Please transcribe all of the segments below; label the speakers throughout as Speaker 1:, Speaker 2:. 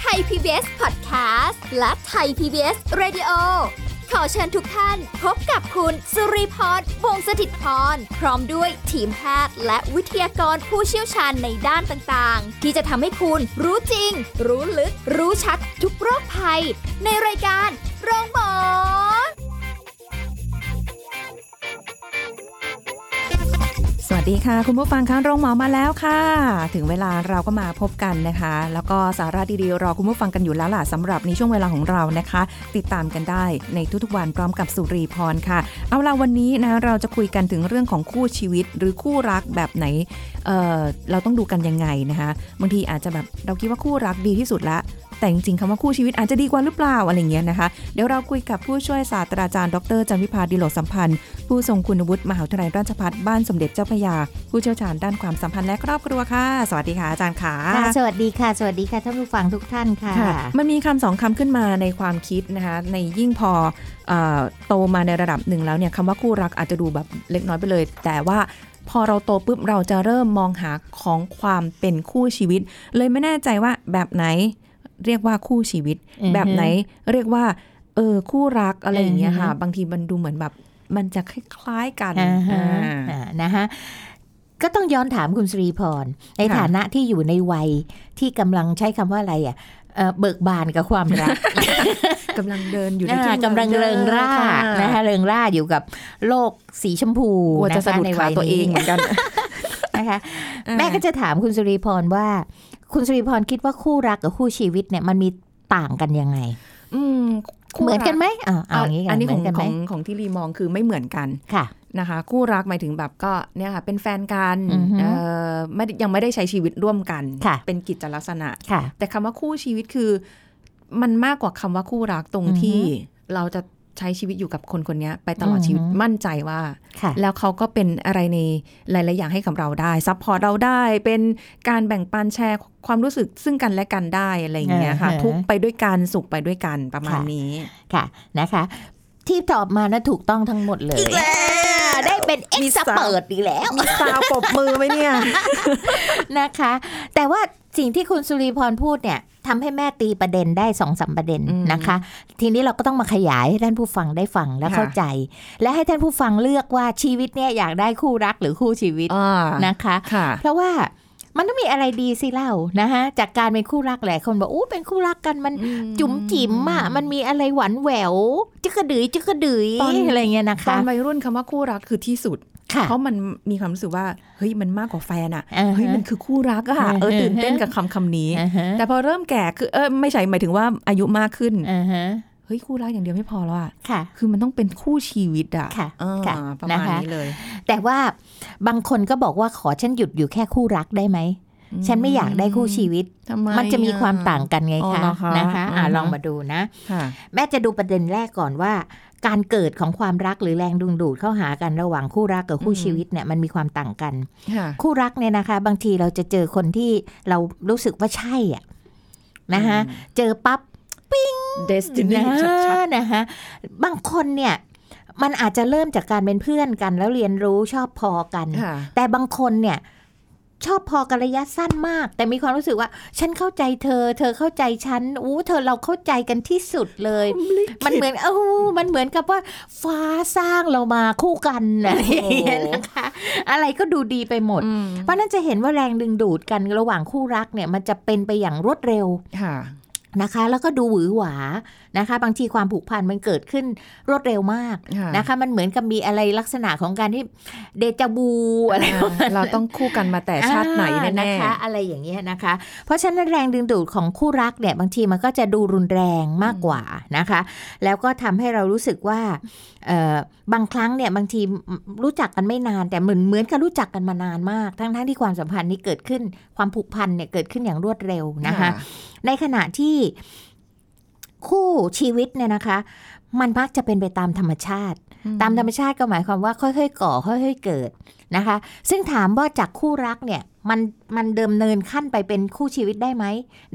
Speaker 1: ไทย PBS Podcast และไทย PBS Radio ขอเชิญทุกท่านพบกับคุณสุริพรวงศสถิตพร พร้อมด้วยทีมแพทย์และวิทยากรผู้เชี่ยวชาญในด้านต่างๆ ที่จะทำให้คุณรู้จริง รู้ลึก รู้ชัดทุกโรคภัย ในรายการโรงพยาบาล
Speaker 2: สวัสดีค่ะ คุณผู้ฟังคะโรงหมอมาแล้วค่ะ ถึงเวลาเราก็มาพบกันนะคะ แล้วก็สาระดีๆรอคุณผู้ฟังกันอยู่แล้วล่ะสำหรับในช่วงเวลาของเรานะคะ ติดตามกันได้ในทุกๆวันพร้อมกับสุรีพรค่ะ เอาละวันนี้นะเราจะคุยกันถึงเรื่องของคู่ชีวิต หรือคู่รักแบบไหนเออเราต้องดูกันยังไงนะคะบางทีอาจจะแบบเราคิดว่าคู่รักดีที่สุดละ แต่จริงๆคำว่าคู่ชีวิตอาจจะดีกว่าหรือเปล่าอะไรเงี้ยนะคะ เดี๋ยวเราคุยกับผู้ช่วยศาสตราจารย์ดรจันวิพาดิโลสัมพันธ์ ผู้ทรงคุณวุฒิมหาวิทยาลัยราชภัฏบ้านสมเด็จเจ้าพระยา ผู้เชี่ยวชาญด้านความสัมพันธ์และครอบครัวค่ะ สวัสดีค่ะอาจารย์ค่ะ
Speaker 3: ค่ะสวัสดีค่ะ สวัสดีค่ะท่านผู้ฟังทุกท่านค่ะ
Speaker 2: ค่ะ มันมีคำสองคำขึ้นมาในความคิดนะคะ ในยิ่งพอเออโตมาในระดับหนึ่งแล้วเนี่ยคำว่าคู่รักอาจจะดูแบบเล็กน้อยไปเลย แต่ว่าพอเราโตปุ๊บเราจะเริ่มมองหาของความเป็นคู่ชีวิต เลยไม่แน่ใจว่าแบบไหนเรียกว่าคู่ชีวิต
Speaker 3: อือฮึ
Speaker 2: แบบไหนเรียกว่าเออคู่รักอะไรอย่างเงี้ยค่ะ
Speaker 3: อือฮึ
Speaker 2: บางทีมันดูเหมือนแบบมันจะคล้ายๆกัน
Speaker 3: อ่าฮะ
Speaker 2: อ่า
Speaker 3: อ่านะฮะก็ต้องย้อนถามคุณสรีพร ใน
Speaker 2: ค่ะ
Speaker 3: ฐานะที่อยู่ในวัยที่กำลังใช้คำว่าอะไรอ่ะเอ่อเบิกบานกับความ รัก
Speaker 2: กำลังเดินอยู่ใน
Speaker 3: อ่า
Speaker 2: ที่
Speaker 3: กำลังเริงร่า
Speaker 2: ค่ะ
Speaker 3: นะคะเริงร่าอยู่กับโลกสีชมพู
Speaker 2: กลัวจะ
Speaker 3: ค
Speaker 2: สะดุด
Speaker 3: ใน
Speaker 2: ขาตัวเอง
Speaker 3: นี้
Speaker 2: เหมือนกัน
Speaker 3: นะคะ
Speaker 2: อ่า
Speaker 3: แม่ก็จะถามคุณสุริพรว่า คุณสุริพรคิดว่าคู่รักกับคู่ชีวิตเนี่ยมันมีต่างกันยังไง
Speaker 2: อืมคู่
Speaker 3: เหมือนกัน
Speaker 2: รั
Speaker 3: ไหมอ่าเอาอย่างนี้กั
Speaker 2: อั
Speaker 3: น
Speaker 2: นนี้
Speaker 3: เห
Speaker 2: ข
Speaker 3: มื
Speaker 2: อ
Speaker 3: อง นกัน
Speaker 2: ข
Speaker 3: ไหม
Speaker 2: องของที่รีมองคือไม่เหมือนกัน
Speaker 3: ค่ะ
Speaker 2: นะคะ คู่รักหมายถึงแบบก็เนี่ยค่ะเป็นแฟนกัน
Speaker 3: อือฮึ
Speaker 2: เอ่อไม่ได้ยังไม่ได้ใช้ชีวิตร่วมกัน
Speaker 3: ค่ะ
Speaker 2: เป็นกิจลักษณะ
Speaker 3: ค่ะ
Speaker 2: แต่คำว่าคู่ชีวิตคือ มันมากกว่าคำว่าคู่รักตรง
Speaker 3: อือฮึ
Speaker 2: ที่เราจะใช้ชีวิตอยู่กับคนคนเนี้ย ไปตลอดชีวิต
Speaker 3: อือฮึ
Speaker 2: มั่นใจว่า
Speaker 3: ค่ะ
Speaker 2: แล้วเขาก็เป็นอะไรในหลาย ๆ อย่างให้กับเราได้ซัพพอร์ตเราได้ เป็นการแบ่งปันแชร์ความรู้สึกซึ่งกันและกันได้อะไรอย่างเงี้ยค่ะ
Speaker 3: เออเออ
Speaker 2: ทุกข์ไปด้วยกัน สุขไปด้วยกันประมาณนี้
Speaker 3: ค่ะนะคะ ที่ตอบมานะถูกต้องทั้งหมดเลยอีกแล้วได้เป็นเอ็ก
Speaker 2: มี
Speaker 3: ซ์
Speaker 2: สาว
Speaker 3: เปิดอีกแล้ว
Speaker 2: มีสาวปรบมือไหมเนี่ย
Speaker 3: นะคะ แต่ว่าสิ่งที่คุณสุริพรพูดเนี่ยทำให้แม่ตีประเด็นได้สองสามประเด็น
Speaker 2: อืม
Speaker 3: นะคะ ทีนี้เราก็ต้องมาขยายให้ท่านผู้ฟังได้ฟังและ
Speaker 2: ค่ะ
Speaker 3: เข้าใจ และให้ท่านผู้ฟังเลือกว่าชีวิตเนี่ยอยากได้คู่รักหรือคู่ชีวิต
Speaker 2: อ่า
Speaker 3: นะคะ
Speaker 2: ค่ะ
Speaker 3: เพราะว่ามันต้องมีอะไรดีสิเล่านะคะจากการเป็นคู่รักหลายคนบอกอู้เป็นคู่รักกันมัน จุ๋มจิ๋มอ่ะมันมีอะไรหวานแหววจึกกระดือยจึกกระดือย
Speaker 2: ตอน
Speaker 3: อะไรเงี้ยนะ
Speaker 2: ตอ
Speaker 3: คะ
Speaker 2: นวัยรุ่นคำว่าคู่รักคือที่สุด
Speaker 3: ค่ะ
Speaker 2: เพราะมันมีความรู้สึกว่าเฮ้ยมันมากกว่าแฟนอะ
Speaker 3: อ่าฮะ
Speaker 2: เฮ้ยมันคือคู่รักอะ
Speaker 3: อ่าฮะ
Speaker 2: เออตื่นเต้นกับคำคำนี้
Speaker 3: อ่าฮะ
Speaker 2: แต่พอเริ่มแก่คือเออไม่ใช่หมายถึงว่าอายุมากขึ้น
Speaker 3: อ่าฮะ
Speaker 2: เฮ้ยคู่รักอย่างเดียวไม่พอแล้วอะ
Speaker 3: ค่ะ
Speaker 2: คือมันต้องเป็นคู่ชีวิตอะ
Speaker 3: ค่ะ
Speaker 2: อ่า
Speaker 3: ค่ะ
Speaker 2: ประมาณนี้เลย
Speaker 3: แต่ว่าบางคนก็บอกว่าขอฉันหยุดอยู่แค่คู่รักได้ไหม ฉันไม่อยากได้คู่ชีวิต
Speaker 2: ทำไ
Speaker 3: มันจะมีความต่างกันไง
Speaker 2: อ๋อ
Speaker 3: คะ
Speaker 2: เหรอคะ
Speaker 3: นะคะอ่า
Speaker 2: อือฮะ
Speaker 3: ลองมาดูนะ
Speaker 2: ค่ะ
Speaker 3: แม่จะดูประเด็นแรกก่อนว่า การเกิดของความรักหรือแรงดึงดูดเข้าหากันระหว่างคู่รักกับคู่
Speaker 2: อืม
Speaker 3: ชีวิตเนี่ยมันมีความต่างกัน
Speaker 2: ค่ะ
Speaker 3: คู่รักเนี่ยนะคะ บางทีเราจะเจอคนที่เรารู้สึกว่าใช่อะนะคะ
Speaker 2: อืม
Speaker 3: เจอปั๊บ
Speaker 2: destiny
Speaker 3: นะ
Speaker 2: ชัด
Speaker 3: นะฮะบางคนเนี่ยมันอาจจะเริ่มจากการเป็นเพื่อนกัน แล้วเรียนรู้ชอบพอกัน
Speaker 2: ๆค่ะ
Speaker 3: แต่บางคนเนี่ยชอบพอกันระยะสั้นมาก แต่มีความรู้สึกว่า ฉันเข้าใจเธอ เธอเข้าใจฉันอู้เธอเราเข้าใจกันที่สุดเลย มันเหมือนเอ้ามันเหมือนกับว่า ฟ้าสร้างเรามาคู่กันอะไรอย่างเงี้ย
Speaker 2: โอ้โห
Speaker 3: นะคะ อะไรก็ดูดีไปหมด
Speaker 2: อืม
Speaker 3: เพราะฉะนั้นจะเห็นว่าแรงดึงดูดกันระหว่างคู่รักเนี่ยมันจะเป็นไปอย่างรวดเร็ว
Speaker 2: ค่ะ
Speaker 3: นะคะ แล้วก็ดูหวือหวานะคะ บางทีความผูกพันมันเกิดขึ้นรวดเร็วมาก
Speaker 2: ค่ะ
Speaker 3: นะคะ มันเหมือนกับมีอะไรลักษณะของการที่เดจาบูอะไร
Speaker 2: อ่าเราต้องคู่กันมาแต่ชาติไหน
Speaker 3: อ่า
Speaker 2: แน่
Speaker 3: คะ อะไรอย่างเงี้ยนะคะ เพราะฉะนั้นแรงดึงดูดของคู่รักเนี่ยบางทีมันก็จะดูรุนแรงมากกว่านะคะ แล้วก็ทำให้เรารู้สึกว่าเอ่อบางครั้งเนี่ยบางทีรู้จักกันไม่นานแต่เหมือนเหมือนกับรู้จักกันมานานมาก ทั้งๆที่ความสัมพันธ์นี้เกิดขึ้นความผูกพันเนี่ยเกิดขึ้นอย่างรวดเร็ว
Speaker 2: ๆ
Speaker 3: นะคะ ในขณะที่คู่ชีวิตเนี่ยนะคะ มันมักจะเป็นไปตามธรรมชาติ
Speaker 2: อื
Speaker 3: ตามธรรมชาติก็หมายความว่าค่อยๆ ก่อค่อยๆเกิดนะคะ ซึ่งถามว่าจากคู่รักเนี่ย มันมันเดิมเนินขั้นไปเป็นคู่ชีวิตได้ไหม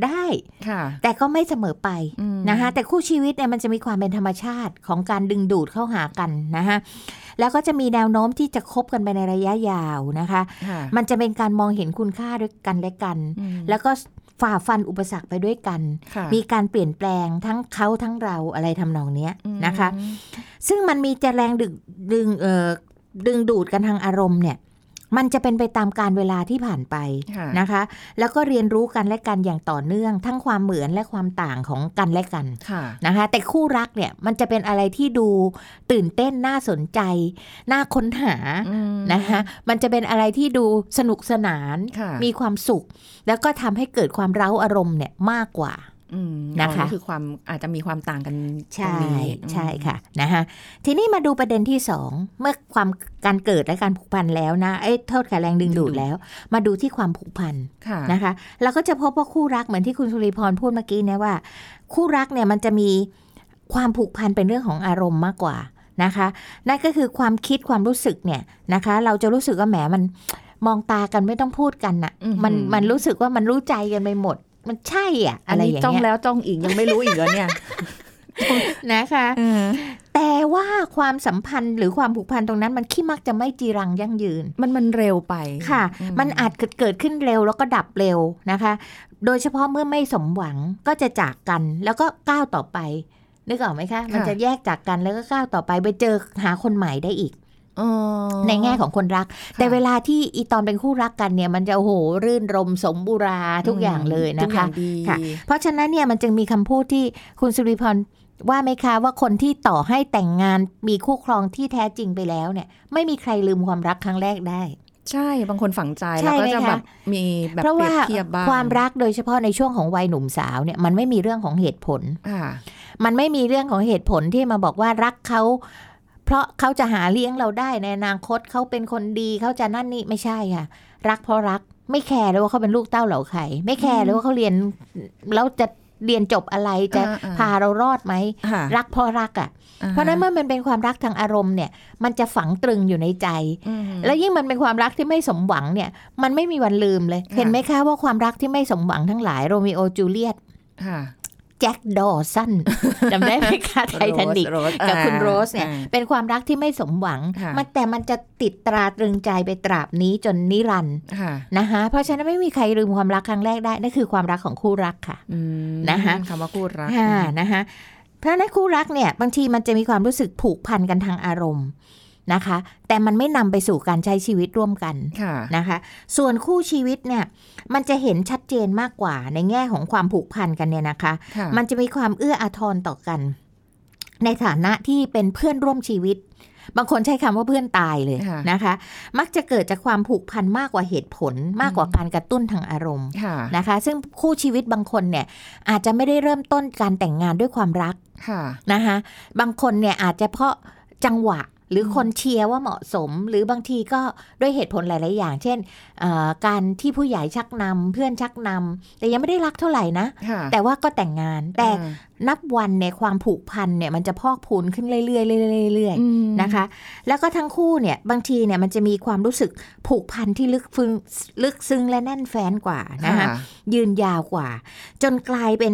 Speaker 3: ได้
Speaker 2: ค่ะ
Speaker 3: แต่ก็ไม่เสมอไป
Speaker 2: อืม
Speaker 3: นะคะแต่คู่ชีวิตเนี่ยมันจะมีความเป็นธรรมชาติของการดึงดูดเข้าหากันนะคะแล้วก็จะมีแนวโน้มที่จะคบกันไปในระยะยาวนะคะ
Speaker 2: ค่ะ
Speaker 3: มันจะเป็นการมองเห็นคุณค่าด้วยกันและกัน
Speaker 2: อืม
Speaker 3: แล้วก็ฝ่าฟันอุปสรรคไปด้วยกัน
Speaker 2: ค่ะ
Speaker 3: มีการเปลี่ยนแปลงทั้งเขาทั้งเราอะไรทำนองเนี้ย
Speaker 2: อืม
Speaker 3: นะคะ ซึ่งมันมีจะแรงดึงดึงเอ่อดึงดูดกันทางอารมณ์เนี่ยมันจะเป็นไปตามการเวลาที่ผ่านไป
Speaker 2: ค่ะ
Speaker 3: นะคะ แล้วก็เรียนรู้กันและกันอย่างต่อเนื่อง ทั้งความเหมือนและความต่างของกันและกัน
Speaker 2: ค่ะ
Speaker 3: นะคะ แต่คู่รักเนี่ยมันจะเป็นอะไรที่ดูตื่นเต้นน่าสนใจ น่าค้นหา
Speaker 2: อืม
Speaker 3: นะคะ มันจะเป็นอะไรที่ดูสนุกสนาน
Speaker 2: ค่ะ
Speaker 3: มีความสุข แล้วก็ทำให้เกิดความเร้าอารมณ์เนี่ยมากกว่า
Speaker 2: อืม
Speaker 3: นะคะ
Speaker 2: อ๋อคือความอาจจะมีความต่างกัน
Speaker 3: ใช่
Speaker 2: ตรงนี้
Speaker 3: ใช่ค่ะนะคะทีนี้มาดูประเด็นที่สองเมื่อความการเกิดและการผูกพันแล้วนะเอ้ยโทษค่ะแรงดึงดูดแล้ว มาดูที่ความผูกพัน
Speaker 2: ค่ะ
Speaker 3: นะคะเราก็จะพบว่าคู่รักเหมือนที่คุณสุริพรพูดเมื่อกี้เนี่ยว่า คู่รักเนี่ยมันจะมีความผูกพันเป็นเรื่องของอารมณ์มากกว่านะคะนั่นก็คือความคิดความรู้สึกเนี่ยนะคะ เราจะรู้สึกว่าแหมมันมองตากันไม่ต้องพูดกันน่ะ
Speaker 2: อื
Speaker 3: มันมันรู้สึกว่ามันรู้ใจกันไปหมด มันใช่อ่ะ
Speaker 2: อั
Speaker 3: อะ
Speaker 2: น
Speaker 3: ไร
Speaker 2: นี้
Speaker 3: อย่าง
Speaker 2: จ้อง
Speaker 3: เงี้ย
Speaker 2: แล้วจ้องอีกยังไม่รู้อีกเหรอ เนี่ย
Speaker 3: นะคะ แต่ว่าความสัมพันธ์หรือความผูกพันตรงนั้นมันขี้มักจะไม่จีรังยั่งยืน
Speaker 2: มันมันเร็วไป
Speaker 3: ค่ะ
Speaker 2: อื
Speaker 3: มันอาจเกิดเกิดขึ้นเร็วแล้วก็ดับเร็วนะคะ โดยเฉพาะเมื่อไม่สมหวังก็จะจากกันแล้วก็ก้าวต่อไป นึกออกไหมคะ มันจะแยกจากกันแล้วก็ก้าวต่อไปไปเจอหาคนใหม่ได้อีก
Speaker 2: อ๋อ
Speaker 3: ในแง่ของคนรัก
Speaker 2: ค่ะ
Speaker 3: แต่เวลาที่อีตอนเป็นคู่รักกันเนี่ย มันจะโอ้โหรื่นรมสมบูราทุกอย่างเลย
Speaker 2: ทุกอ
Speaker 3: นะ
Speaker 2: ย่า
Speaker 3: คะ
Speaker 2: งดี
Speaker 3: ค่ะ เพราะฉะนั้นเนี่ยมันจึงมีคำพูดที่คุณสุริพรว่าไหมคะว่าคนที่ต่อให้แต่งงานมีคู่ครองที่แท้จริงไปแล้วเนี่ย ไม่มีใครลืมความรักครั้งแรกได้
Speaker 2: ใช่บางคนฝังใจ
Speaker 3: ใช่
Speaker 2: แล้วก็จะ
Speaker 3: ไหมคะ
Speaker 2: แบบมีแบบ
Speaker 3: เพราะ
Speaker 2: เปรี
Speaker 3: ว่าย
Speaker 2: บเทียบบ้าง
Speaker 3: ความรักโดยเฉพาะในช่วงของวัยหนุ่มสาวเนี่ยมันไม่มีเรื่องของเหตุผล
Speaker 2: ค่ะ
Speaker 3: มันไม่มีเรื่องของเหตุผลที่มาบอกว่ารักเขา เพราะเขาจะหาเลี้ยงเราได้ในอนาคตเขาเป็นคนดีเขาจะนั่นนี่ไม่ใช่ค่ะ รักเพราะรักไม่แคร์เลยว่าเขาเป็นลูกเต้าเหล่าใครไม่แคร์เลยว่าเขาเรียนแล้วจะเรียนจบอะไรจะ
Speaker 2: อ่าอ่า
Speaker 3: พาเรารอดไหม
Speaker 2: ค่ะ
Speaker 3: รักเพราะรักอ่ะ
Speaker 2: อ่
Speaker 3: เพราะฉะนั้นเมื่อมันเป็นความรักทางอารมณ์เนี่ย มันจะฝังตรึงอยู่ในใจ
Speaker 2: อืม
Speaker 3: แล้วยิ่งมันเป็นความรักที่ไม่สมหวังเนี่ย มันไม่มีวันลืมเลย
Speaker 2: ค่ะ
Speaker 3: เห็นไหมคะว่าความรักที่ไม่สมหวังทั้งหลายโรมิโอจูเลียต
Speaker 2: ค่ะ
Speaker 3: แจ็คดอสั น จำได้ไหมคะไททานิก
Speaker 2: โรส
Speaker 3: กับคุณ
Speaker 2: อ่า
Speaker 3: โรสเนี่ย
Speaker 2: อ่า
Speaker 3: เป็นความรักที่ไม่สมหวัง
Speaker 2: ค่ะ
Speaker 3: มันแต่มันจะติดตราตรึงใจไปตราบนี้จนนิรันดร์
Speaker 2: ค่ะ
Speaker 3: นะคะเพราะฉะนั้นไม่มีใครลืมความรักครั้งแรกได้นั่นคือความรักของคู่รักค่ะ
Speaker 2: อืม
Speaker 3: นะคะ
Speaker 2: คำว่าคู่รัก
Speaker 3: ค่ะนะคะเพราะฉะนั้นคู่รักเนี่ยบางทีมันจะมีความรู้สึกผูกพันกันทางอารมณ์นะคะ แต่มันไม่นำไปสู่การใช้ชีวิตร่วมกัน
Speaker 2: ค่ะ
Speaker 3: นะคะส่วนคู่ชีวิตเนี่ยมันจะเห็นชัดเจนมากกว่าในแง่ของความผูกพันกันเนี่ยนะคะ
Speaker 2: ค่ะ
Speaker 3: มันจะมีความเอื้ออาทรต่อกัน ในฐานะที่เป็นเพื่อนร่วมชีวิต บางคนใช้คำว่าเพื่อนตายเลย
Speaker 2: ค่ะ
Speaker 3: นะคะ มักจะเกิดจากความผูกพันมากกว่าเหตุผล มากกว่าการกระตุ้นทางอารมณ์
Speaker 2: ค่ะ
Speaker 3: นะคะ ซึ่งคู่ชีวิตบางคนเนี่ยอาจจะไม่ได้เริ่มต้นการแต่งงานด้วยความรัก
Speaker 2: ค่ะ
Speaker 3: นะคะบางคนเนี่ยอาจจะเพราะจังหวะหรือคนเชียร์ว่าเหมาะสม หรือบางทีก็ด้วยเหตุผลหลาย ๆ อย่าง เช่นเอ่อการที่ผู้ใหญ่ชักนำเพื่อนชักนำแต่ยังไม่ได้รักเท่าไหร่นะ
Speaker 2: ค่ะ
Speaker 3: แต่ว่าก็แต่งงาน แต่
Speaker 2: อ่า
Speaker 3: นับวันในยความผูกพันเนี่ยมันจะพอกพูนขึ้นเรื่อยๆเรื่อยๆเรื่อย
Speaker 2: อืม
Speaker 3: ๆนะคะ แล้วก็ทั้งคู่เนี่ยบางทีเนี่ยมันจะมีความรู้สึกผูกพันที่ลึกซึ้งลึกซึ้งและแน่นแฟ้นกว่านะคะ
Speaker 2: ค่ะ
Speaker 3: ยืนยาวกว่า จนกลายเป็น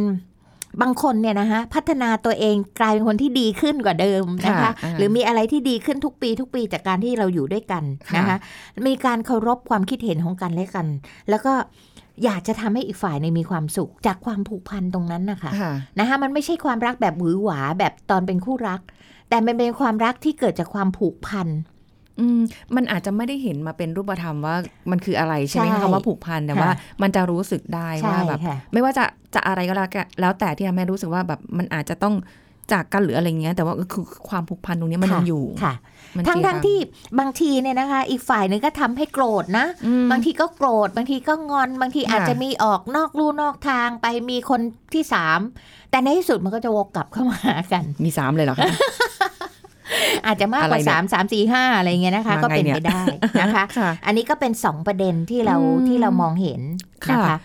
Speaker 3: บางคนเนี่ยนะคะพัฒนาตัวเองกลายเป็นคนที่ดีขึ้นกว่าเดิมนะคะ
Speaker 2: ค่ะอ่า
Speaker 3: หรือมีอะไรที่ดีขึ้นทุกปีทุกปีจากการที่เราอยู่ด้วยกันนะคะ
Speaker 2: ค่ะ
Speaker 3: มีการเคารพความคิดเห็นของกันและกัน แล้วก็อยากจะทำให้อีกฝ่ายในยมีความสุขจากความผูกพันตรงนั้นนะคะ
Speaker 2: ค่ะ
Speaker 3: นะคะมันไม่ใช่ความรักแบบหวือหวาแบบตอนเป็นคู่รัก แต่มันเป็นความรักที่เกิดจากความผูกพัน
Speaker 2: อืมมันอาจจะไม่ได้เห็นมาเป็นรูปธรรมว่ามันคืออะไรใช่ไหม
Speaker 3: ใช่
Speaker 2: คะคำว่าผูกพันแต่ว่า
Speaker 3: ค่ะ
Speaker 2: มันจะรู้สึกได้
Speaker 3: ใช่
Speaker 2: ว่าแบบ
Speaker 3: ค่ะ
Speaker 2: ไม่ว่าจะจะอะไรก็แล้วแต่แล้วแต่ที่ทำให้รู้สึกว่าแบบมันอาจจะต้องจากกันหรืออะไรเงี้ย แต่ว่าคือความผูกพันตรงเนี้ยมันยังอยู่
Speaker 3: ค่ะ
Speaker 2: มัน
Speaker 3: ทั้ง
Speaker 2: เจือ
Speaker 3: ทั้งที่บางทีเนี่ยนะคะ อีกฝ่ายหนึงก็ทำให้โกรธนะ
Speaker 2: อืม
Speaker 3: บางทีก็โกรธบางทีก็งอน บางที
Speaker 2: ค่ะ
Speaker 3: อาจจะมีออกนอกลู่นอกทางไปมีคนที่สามแต่ในที่สุดมันก็จะวกกลับเข้ามาหากัน
Speaker 2: มีสามเลยเหรอคะ
Speaker 3: อาจจะมากกว่า
Speaker 2: อะไรเนี่ย
Speaker 3: สามสามสี่ห้าอะไรเงี้ยนะคะ
Speaker 2: มาไง
Speaker 3: ก็เป็น
Speaker 2: เนี่
Speaker 3: ไป
Speaker 2: ย
Speaker 3: ได้นะคะ
Speaker 2: ค่ะ
Speaker 3: อันนี้ก็เป็นสองประเด็นที่เรา
Speaker 2: อืม
Speaker 3: ที่เรามองเห็นนะ
Speaker 2: ค่ะ
Speaker 3: คะ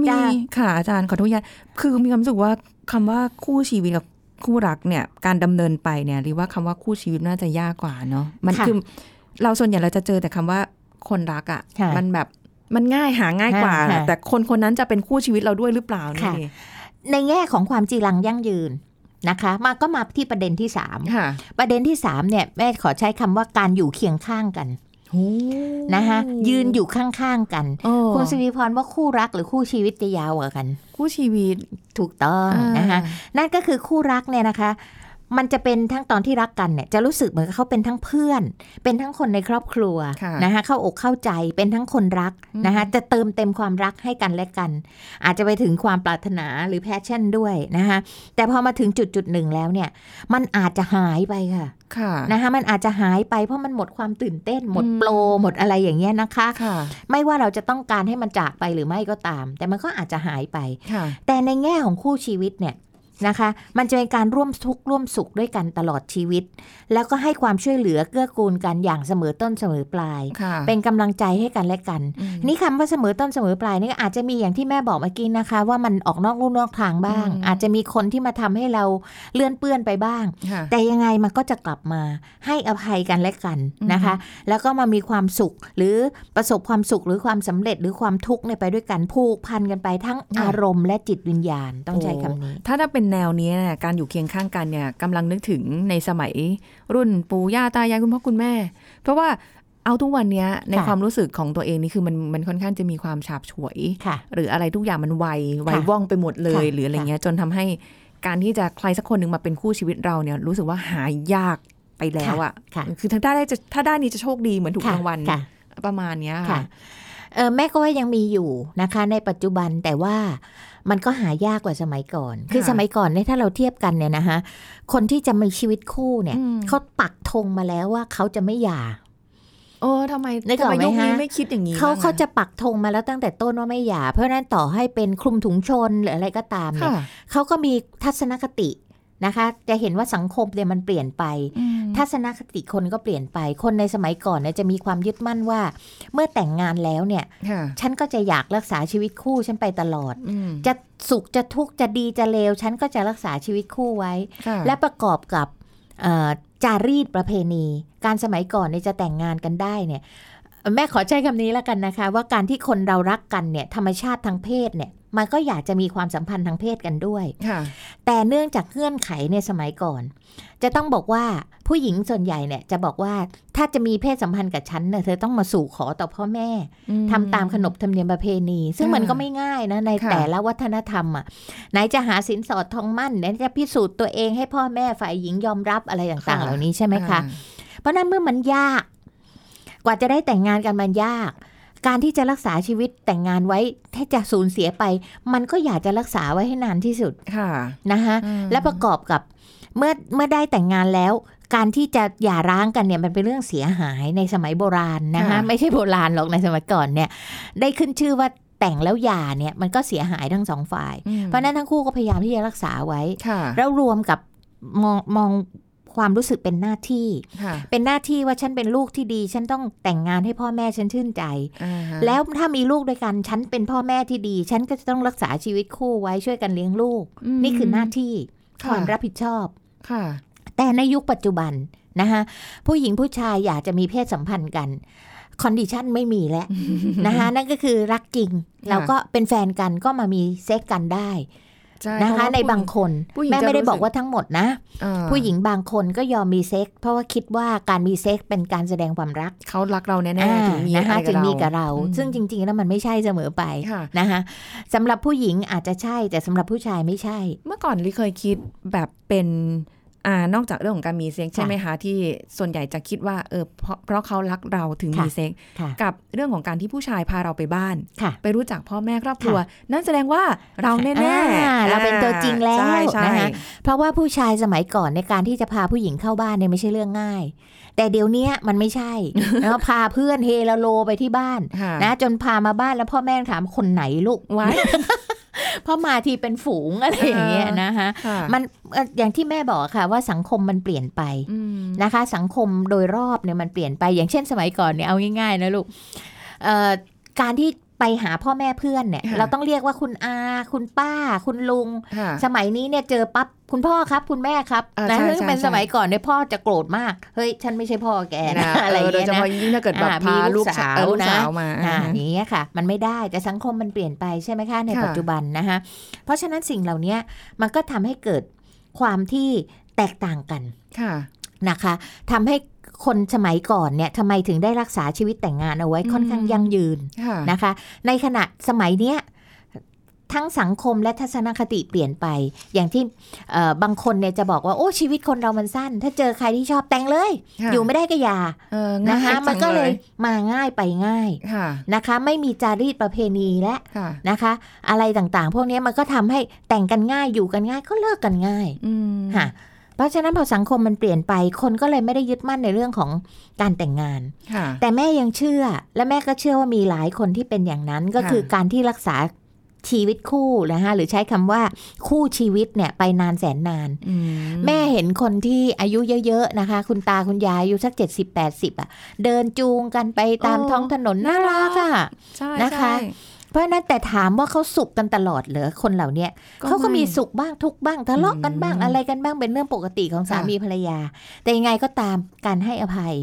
Speaker 2: มี
Speaker 3: จ้า
Speaker 2: ค่ะอาจารย์ขออนุญาตคือมีความรู้สึกว่าคำว่าคู่ชีวิตกับคู่รักเนี่ยการดำเนินไปเนี่ยหรือว่าคำว่าคู่ชีวิตน่าจะยากกว่าเนาะมัน
Speaker 3: ค่ะ
Speaker 2: คือเราส่วนใหญ่เราจะเจอแต่คำว่าคนรักอะ
Speaker 3: ค่ะ
Speaker 2: มันแบบ มันง่ายหาง่ายกว่า
Speaker 3: ค่ะ
Speaker 2: แต่คนคนนั้นจะเป็นคู่ชีวิตเราด้วยหรือเปล่านี่
Speaker 3: ค่ะ ในแง่ของความจีรังยั่งยืนนะคะ มาก็มาที่ประเด็นที่สาม
Speaker 2: ค่ะ
Speaker 3: ประเด็นที่สามเนี่ยแม่ขอใช้คำว่าการอยู่เคียงข้างกัน
Speaker 2: โอ้
Speaker 3: นะคะยืนอยู่ข้างๆกัน
Speaker 2: โอ้
Speaker 3: คุณสิริพรว่าคู่รักหรือคู่ชีวิตจะยาวกว่ากัน
Speaker 2: คู่ชีวิต
Speaker 3: ถูกต้องนะคะ
Speaker 2: อ่า
Speaker 3: นั่นก็คือคู่รักเนี่ยนะคะ มันจะเป็นทั้งตอนที่รักกันเนี่ยจะรู้สึกเหมือนกับเขาเป็นทั้งเพื่อน เป็นทั้งคนในครอบครัว
Speaker 2: ค่ะ
Speaker 3: นะคะเข้าอกเข้าใจเป็นทั้งคนรัก
Speaker 2: อืม
Speaker 3: นะคะจะเติมเต็มความรักให้กันและกัน อาจจะไปถึงความปรารถนาหรือแพชชั่นด้วยนะคะแต่พอมาถึงจุดจุดๆหนึ่งแล้วเนี่ยมันอาจจะหายไปค่ะ
Speaker 2: ค่ะ
Speaker 3: นะคะมันอาจจะหายไปเพราะมันหมดความตื่นเต้น หมด
Speaker 2: อืม
Speaker 3: โปรหมดอะไรอย่างเงี้ยนะคะ
Speaker 2: ค่ะ
Speaker 3: ไม่ว่าเราจะต้องการให้มันจากไปหรือไม่ก็ตาม แต่มันก็อาจจะหายไป
Speaker 2: ค่ะ
Speaker 3: แต่ในแง่ของคู่ชีวิตเนี่ยนะคะ มันจะเป็นการร่วมทุกข์ร่วมสุขด้วยกันตลอดชีวิต แล้วก็ให้ความช่วยเหลือเกื้อกูลกันอย่างเสมอต้นเสมอปลาย
Speaker 2: ค่ะ
Speaker 3: เป็นกำลังใจให้กันและกัน
Speaker 2: อืม
Speaker 3: นี่คำว่าเสมอต้นเสมอปลายนี่ก็อาจจะมีอย่างที่แม่บอกเมื่อกี้นะคะ ว่ามันออกนอกลู่นอกทางบ้าง
Speaker 2: อืม
Speaker 3: อาจจะมีคนที่มาทำให้เราเลื่อนเปื้อนไปบ้าง
Speaker 2: ค่ะ
Speaker 3: แต่ยังไงมันก็จะกลับมาให้อภัยกันและกันนะคะ แล้วก็มามีความสุขหรือประสบความสุขหรือความสำเร็จหรือความทุกข์เนี่ยไปด้วยกันผูกพันกันไปทั้ง
Speaker 2: ค่ะ
Speaker 3: อารมณ์และจิตวิญญาณต้องใช้คำนี้
Speaker 2: ถ้าถ้าเป็นแนวนี้เนี่ยการอยู่เคียงข้างกันเนี่ยกำลังนึกถึงในสมัยรุ่นปู่ย่าตายายคุณพ่อคุณแม่ เพราะว่าเอาทุกวันเนี้ยใน
Speaker 3: ค่ะ
Speaker 2: ความรู้สึกของตัวเองนี่คือมันมันค่อนข้างจะมีความฉาบฉวย
Speaker 3: ค่ะ
Speaker 2: หรืออะไรทุกอย่างมันไวไว
Speaker 3: ค่ะ
Speaker 2: ว่องไปหมดเลย
Speaker 3: ค่ะ
Speaker 2: หรืออะไรเงี้ยจนทำให้การที่จะใครสักคนหนึ่งมาเป็นคู่ชีวิตเราเนี่ยรู้สึกว่าหายากไปแล้วอะ
Speaker 3: ค่ะ
Speaker 2: คือถ้าได้จะถ้าได้นี่จะโชคดีเหมือนถูกรางวัล
Speaker 3: ค่ะ
Speaker 2: ประมาณเนี้ย
Speaker 3: ค่ะ
Speaker 2: ค่ะ
Speaker 3: เอ่อแม่ก็ว่ายังมีอยู่นะคะ ในปัจจุบันแต่ว่ามันก็หายากกว่าสมัยก่อน คือ
Speaker 2: ค่ะ
Speaker 3: สมัยก่อนเนี่ยถ้าเราเทียบกันเนี่ยนะคะคนที่จะมีชีวิตคู่เนี่ย
Speaker 2: อืม
Speaker 3: เขาปักธงมาแล้วว่าเขาจะไม่หย่า
Speaker 2: โอ้ทำไม
Speaker 3: นึกอ
Speaker 2: ทำ
Speaker 3: อก
Speaker 2: ไม
Speaker 3: ไหม
Speaker 2: ยุคนี้
Speaker 3: ฮะ
Speaker 2: ไม่คิดอย่างนี้
Speaker 3: เขา
Speaker 2: บ้งอ
Speaker 3: เขาจะปักธงมาแล้วตั้งแต่ต้นว่าไม่หย่า เพราะฉะนั้นต่อให้เป็นคลุมถุงชนหรืออะไรก็ตามเนี่ย
Speaker 2: ค่ะ
Speaker 3: เขาก็มีทัศนคตินะคะ จะเห็นว่าสังคมเนี่ยมันเปลี่ยนไป
Speaker 2: อืม
Speaker 3: ทัศนคติคนก็เปลี่ยนไป คนในสมัยก่อนเนี่ยจะมีความยึดมั่นว่า เมื่อแต่งงานแล้วเนี่ย
Speaker 2: ค่ะ
Speaker 3: ฉันก็จะอยากรักษาชีวิตคู่ฉันไปตลอด
Speaker 2: อืม
Speaker 3: จะสุขจะทุกข์จะดีจะเลว ฉันก็จะรักษาชีวิตคู่ไว้
Speaker 2: ค่ะ
Speaker 3: และประกอบกับเอ่อจารีตประเพณี การสมัยก่อนเนี่ยจะแต่งงานกันได้เนี่ยแม่ขอใช้คำนี้แล้วกันนะคะ ว่าการที่คนเรารักกันเนี่ยธรรมชาติทางเพศเนี่ยมันก็อยากจะมีความสัมพันธ์ทางเพศกันด้วย
Speaker 2: ค่ะ
Speaker 3: แต่เนื่องจากเงื่อนไขในสมัยก่อน จะต้องบอกว่าผู้หญิงส่วนใหญ่เนี่ยจะบอกว่าถ้าจะมีเพศสัมพันธ์กับฉันเนี่ยเธอต้องมาสู่ขอต่อพ่อแม่ ทำตามขนบธรรมเนียมประเพณี ซึ่ง
Speaker 2: ค่ะ
Speaker 3: มันก็ไม่ง่ายนะใน
Speaker 2: ค่ะ
Speaker 3: แต่ละวัฒนธรรมอ่ะไหนจะหาสินสอดทองมั่นไหนจะพิสูจน์ตัวเองให้พ่อแม่ฝ่ายหญิงยอมรับอะไรต่างๆ เหล่านี้ใช่ไหมคะ เพราะนั้นเมื่อมันยาก กว่าจะได้แต่งงานกันมันยาก การที่จะรักษาชีวิตแต่งงานไว้ถ้าจะสูญเสียไป มันก็อยากจะรักษาไว้ให้นานที่สุด
Speaker 2: ค่ะ
Speaker 3: นะคะ
Speaker 2: อืม
Speaker 3: และประกอบกับเมื่อเมื่อได้แต่งงานแล้ว การที่จะหย่าร้างกันเนี่ยมันเป็นเรื่องเสียหายในสมัยโบราณนะคะไม่ใช่โบราณหรอกในสมัยก่อนเนี่ย ได้ขึ้นชื่อว่าแต่งแล้วหย่าเนี่ยมันก็เสียหายทั้งสองฝ่าย
Speaker 2: อืม
Speaker 3: เพราะฉะนั้นทั้งคู่ก็พยายามที่จะรักษาไว้
Speaker 2: ค่ะ
Speaker 3: แล้วรวมกับมองมองความรู้สึกเป็นหน้าที่
Speaker 2: ค่ะ
Speaker 3: เป็นหน้าที่ว่าฉันเป็นลูกที่ดี ฉันต้องแต่งงานให้พ่อแม่ฉันชื่นใจ
Speaker 2: อ่าฮะ
Speaker 3: แล้วถ้ามีลูกด้วยกันฉันเป็นพ่อแม่ที่ดี ฉันก็จะต้องรักษาชีวิตคู่ไว้ช่วยกันเลี้ยงลูก
Speaker 2: ม
Speaker 3: นี่คือหน้าที่
Speaker 2: ะ
Speaker 3: ความรับผิดชอบ
Speaker 2: ค่ะ
Speaker 3: แต่ในยุคปัจจุบันนะคะผู้หญิงผู้ชายอยากจะมีเพศสัมพันธ์กันคอนดิชันไม่มี แล้ว นะคะนั่นก็คือรักจริง
Speaker 2: ค่ะ
Speaker 3: แล้วก็เป็นแฟนกันก็มามีเซ็กกันได้
Speaker 2: ใช่
Speaker 3: นะ
Speaker 2: เพ
Speaker 3: คะ
Speaker 2: ระว่
Speaker 3: ในบางคน
Speaker 2: ผู้หญิง
Speaker 3: แม่
Speaker 2: จะ
Speaker 3: ไม่ได้
Speaker 2: รู้สึก
Speaker 3: บอกว่าทั้งหมดนะ
Speaker 2: เอ่อ
Speaker 3: ผู้หญิงบางคนก็ยอมมีเซ็กเพราะว่าคิดว่าการมีเซ็กเป็นการแสดงความรัก
Speaker 2: เขารักเราแน่
Speaker 3: อ่า
Speaker 2: ๆถึงมี
Speaker 3: นะ
Speaker 2: อะไร
Speaker 3: คะจึงมีกับ
Speaker 2: เรา
Speaker 3: เรา
Speaker 2: อืม
Speaker 3: ซึ่งจริง ๆ แล้วมันไม่ใช่เสมอไป
Speaker 2: ค่ะ
Speaker 3: นะคะสำหรับผู้หญิงอาจจะใช่แต่สำหรับผู้ชายไม่ใช่
Speaker 2: เมื่อก่อนลิเคยคิดแบบเป็นอ่านอกจากเรื่องของการมีเซ็กซ์ใช่ไหมคะ ที่ส่วนใหญ่จะคิดว่าเออเพราะเพราะเขารักเราถึง
Speaker 3: ค่ะ
Speaker 2: มีเซ็กซ์
Speaker 3: ค่ะ
Speaker 2: กับเรื่องของการที่ผู้ชายพาเราไปบ้าน
Speaker 3: ค่ะ
Speaker 2: ไปรู้จักพ่อแม่ครอบครัว นั่นแสดงว่าเราแน่
Speaker 3: อ่า
Speaker 2: ๆ
Speaker 3: เราเป็นตัวจริงแล้ว
Speaker 2: ใช่ใช่
Speaker 3: นะคะ เพราะว่าผู้ชายสมัยก่อนในยการที่จะพาผู้หญิงเข้าบ้านเนี่ยไม่ใช่เรื่องง่าย แต่เดี๋ยวเนี้ยมันไม่ใช่ แล้วพาเพื่อนเฮลาโลไปที่บ้าน
Speaker 2: ค่ะ
Speaker 3: นะจนพามาบ้านแล้วพ่อแม่ถามคนไหนลูก
Speaker 2: ไว้
Speaker 3: พ่อมาทีเป็นฝูง อะไรอย่างเงี้ยนะคะ
Speaker 2: ค่ะ
Speaker 3: มันเอ่ออย่างที่แม่บอกค่ะว่าสังคมมันเปลี่ยนไป
Speaker 2: อืม
Speaker 3: นะคะ สังคมโดยรอบเนี่ยมันเปลี่ยนไปอย่างเช่นสมัยก่อนเนี่ยเอาง่ายๆนะลูกเอ่อการที่ไป ไปหาพ่อแม่เพื่อนเนี่ย
Speaker 2: ค่ะ
Speaker 3: เราต้องเรียกว่าคุณอา คุณป้า คุณลุง
Speaker 2: ค่ะ
Speaker 3: สมัยนี้เนี่ยเจอปั๊บคุณพ่อครับคุณแม่ครับ
Speaker 2: อ่า
Speaker 3: นะ
Speaker 2: ใช่
Speaker 3: ซึ่งเป็น
Speaker 2: ใช่
Speaker 3: สมัยก่อนเนี่ยพ่อจะโกรธมากเฮ้ยฉันไม่ใช่พ่อแกนะ อะไรอย่าง
Speaker 2: โดย
Speaker 3: เงี้ย
Speaker 2: เฉ
Speaker 3: นะ
Speaker 2: พาะยิ่งถ้าเกิดแบบ
Speaker 3: อ่า
Speaker 2: พา
Speaker 3: ลู
Speaker 2: ลูก
Speaker 3: ก
Speaker 2: สา
Speaker 3: สาวว
Speaker 2: ลูกสาว
Speaker 3: นะ
Speaker 2: มา
Speaker 3: อ่าอย่างนี้ยค่ะ มันไม่ได้แต่สังคมมันเปลี่ยนไปใช่ไหมคะใน
Speaker 2: ค่ะ
Speaker 3: ปัจจุบันนะคะเพราะฉะนั้นสิ่งเหล่านี้มันก็ทำให้เกิดความที่แตกต่างกัน
Speaker 2: ค่ะ
Speaker 3: นะคะทำให้คนสมัยก่อนเนี่ยทำไมถึงได้รักษาชีวิตแต่งงานเอาไว้ค่อนข้าง
Speaker 2: อืม
Speaker 3: ยั่งยืน
Speaker 2: ค่ะ
Speaker 3: นะคะ ในขณะสมัยเนี้ยทั้งสังคมและทัศนคติเปลี่ยนไป อย่างที่เอ่อบางคนเนี่ยจะบอกว่าโอ้ชีวิตคนเรามันสั้น ถ้าเจอใครที่ชอบแต่งเลย
Speaker 2: ค่ะ
Speaker 3: อยู่ไม่ได้ก็อย่า
Speaker 2: เออ
Speaker 3: นะ
Speaker 2: ง่าย
Speaker 3: คะ
Speaker 2: จั
Speaker 3: มั
Speaker 2: ง
Speaker 3: นก็เลยมาง่ายไปง่าย
Speaker 2: ค่ะ
Speaker 3: นะคะไม่มีจารีตประเพณีและ
Speaker 2: ค่ะ
Speaker 3: นะคะ อะไรต่างๆ พวกนี้มันก็ทำให้แต่งกันง่ายอยู่กันง่ายก็เลิกกันง่าย
Speaker 2: อืม
Speaker 3: ค่ะเพราะฉะนั้นพอสังคมมันเปลี่ยนไปคนก็เลยไม่ได้ยึดมั่นในเรื่องของการแต่งงาน
Speaker 2: ค่ะ
Speaker 3: แต่แม่ยังเชื่อและแม่ก็เชื่อว่ามีหลายคนที่เป็นอย่างนั้นก็คือการที่รักษาชีวิตคู่นะคะหรือใช้คำว่าคู่ชีวิตเนี่ยไปนานแสนนาน
Speaker 2: อื
Speaker 3: แม่เห็นคนที่อายุเยอะๆนะคะ คุณตาคุณยายอายุสัก 70-80อ่ะเดินจูงกันไปตามท้องถนนน่ารักอ่ะ
Speaker 2: ใช่
Speaker 3: นะคะ
Speaker 2: ใช่
Speaker 3: เพราะฉะนั้นแต่ถามว่าเขาสุขกันตลอดเหรอคนเหล่าเนี้ยเขาก็
Speaker 2: ไ
Speaker 3: มีสุขบ้างทุกข์บ้างทะเลาะกันบ้าง
Speaker 2: อืม
Speaker 3: อะไรกันบ้างเป็นเรื่องปกติของสา
Speaker 2: ค่ะ
Speaker 3: มีภรรยา แต่ยังไงก็ตามการให้อภัย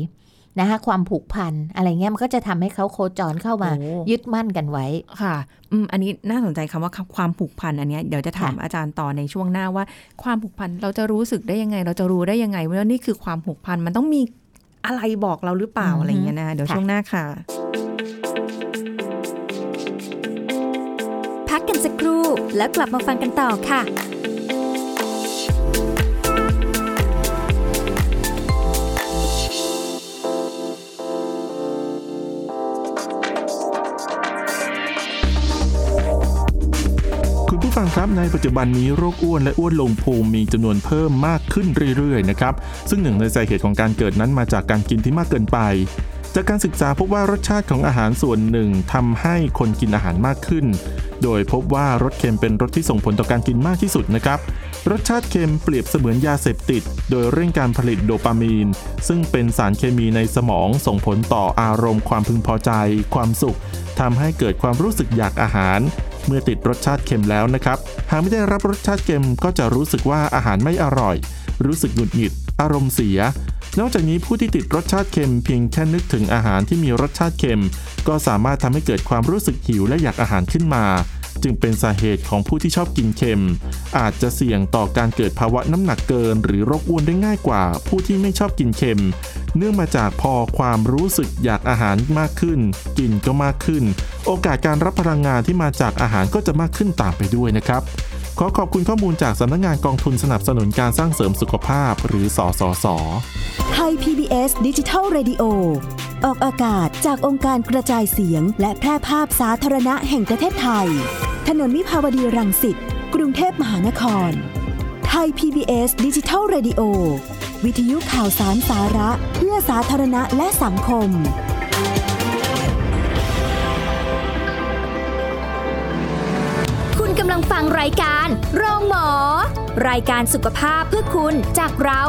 Speaker 3: นะคะความผูกพันอะไรเงี้ยมันก็จะทำให้เขาโคจรเข้ามา
Speaker 2: โอ้
Speaker 3: ยึดมั่นกันไว้
Speaker 2: ค่ะอืมอันนี้น่าสนใจคำว่าความผูกพันอันเนี้ยเดี๋ยวจะถามอาจารย์ต่อในช่วงหน้าว่า ความผูกพันเราจะรู้สึกได้ยังไง เราจะรู้ได้ยังไงว่านี่คือความผูกพันมันต้องมีอะไรบอกเราหรือเปล่า
Speaker 3: อือฮึ
Speaker 2: อะไรอย่างเงี้ยนะเดี๋ยว
Speaker 3: ค่ะ
Speaker 2: ช่วงหน้าค่ะ
Speaker 1: พักกันสักครู่แล้วกลับมาฟังกันต่อค่ะ
Speaker 4: คุณผู้ฟังครับในปัจจุบันนี้โรคอ้วนและอ้วนลงพุงมีจำนวนเพิ่มมากขึ้นเรื่อยๆนะครับซึ่งหนึ่งในสาเหตุของการเกิดนั้นมาจากการกินที่มากเกินไป จากการศึกษาพบว่ารสชาติของอาหารส่วนหนึ่งทำให้คนกินอาหารมากขึ้น โดยพบว่ารสเค็มเป็นรสที่ส่งผลต่อการกินมากที่สุดนะครับ รสชาติเค็มเปรียบเสมือนยาเสพติด โดยเร่งการผลิตโดปามีน ซึ่งเป็นสารเคมีในสมองส่งผลต่ออารมณ์ความพึงพอใจ ความสุขทำให้เกิดความรู้สึกอยากอาหาร เมื่อติดรสชาติเค็มแล้วนะครับ หากไม่ได้รับรสชาติเค็มก็จะรู้สึกว่าอาหารไม่อร่อย รู้สึกหงุดหงิด อารมณ์เสีย นอกจากนี้ผู้ที่ติดรสชาติเค็มเพียงแค่นึกถึงอาหารที่มีรสชาติเค็ม ก็สามารถทำให้เกิดความรู้สึกหิวและอยากอาหารขึ้นมา จึงเป็นสาเหตุของผู้ที่ชอบกินเค็ม อาจจะเสี่ยงต่อการเกิดภาวะน้ำหนักเกิน หรือโรคอ้วนได้ง่ายกว่า ผู้ที่ไม่ชอบกินเค็ม เนื่องมาจากพอความรู้สึกอยากอาหารมากขึ้น กินก็มากขึ้น โอกาสการรับพลังงานที่มาจากอาหารก็จะมากขึ้นตามไปด้วยนะครับ ขอขอบคุณข้อมูลจากสำนักงานกองทุนสนับสนุนการสร้างเสริมสุขภาพหรือสสส
Speaker 5: ไทย PBS ดิจิทัล Radio ออกอากาศจากองค์การกระจายเสียง และแพร่ภาพสาธารณะแห่งประเทศไทย ถนนวิภาวดีรังสิต กรุงเทพมหานคร ไทย PBS ดิจิทัล Radio วิทยุข่าวสารสาระเพื่อสาธารณะและสังคม
Speaker 1: คุณกำลังฟังรายการ โรงหมอ รายการสุขภาพเพื่อคุณจากเรา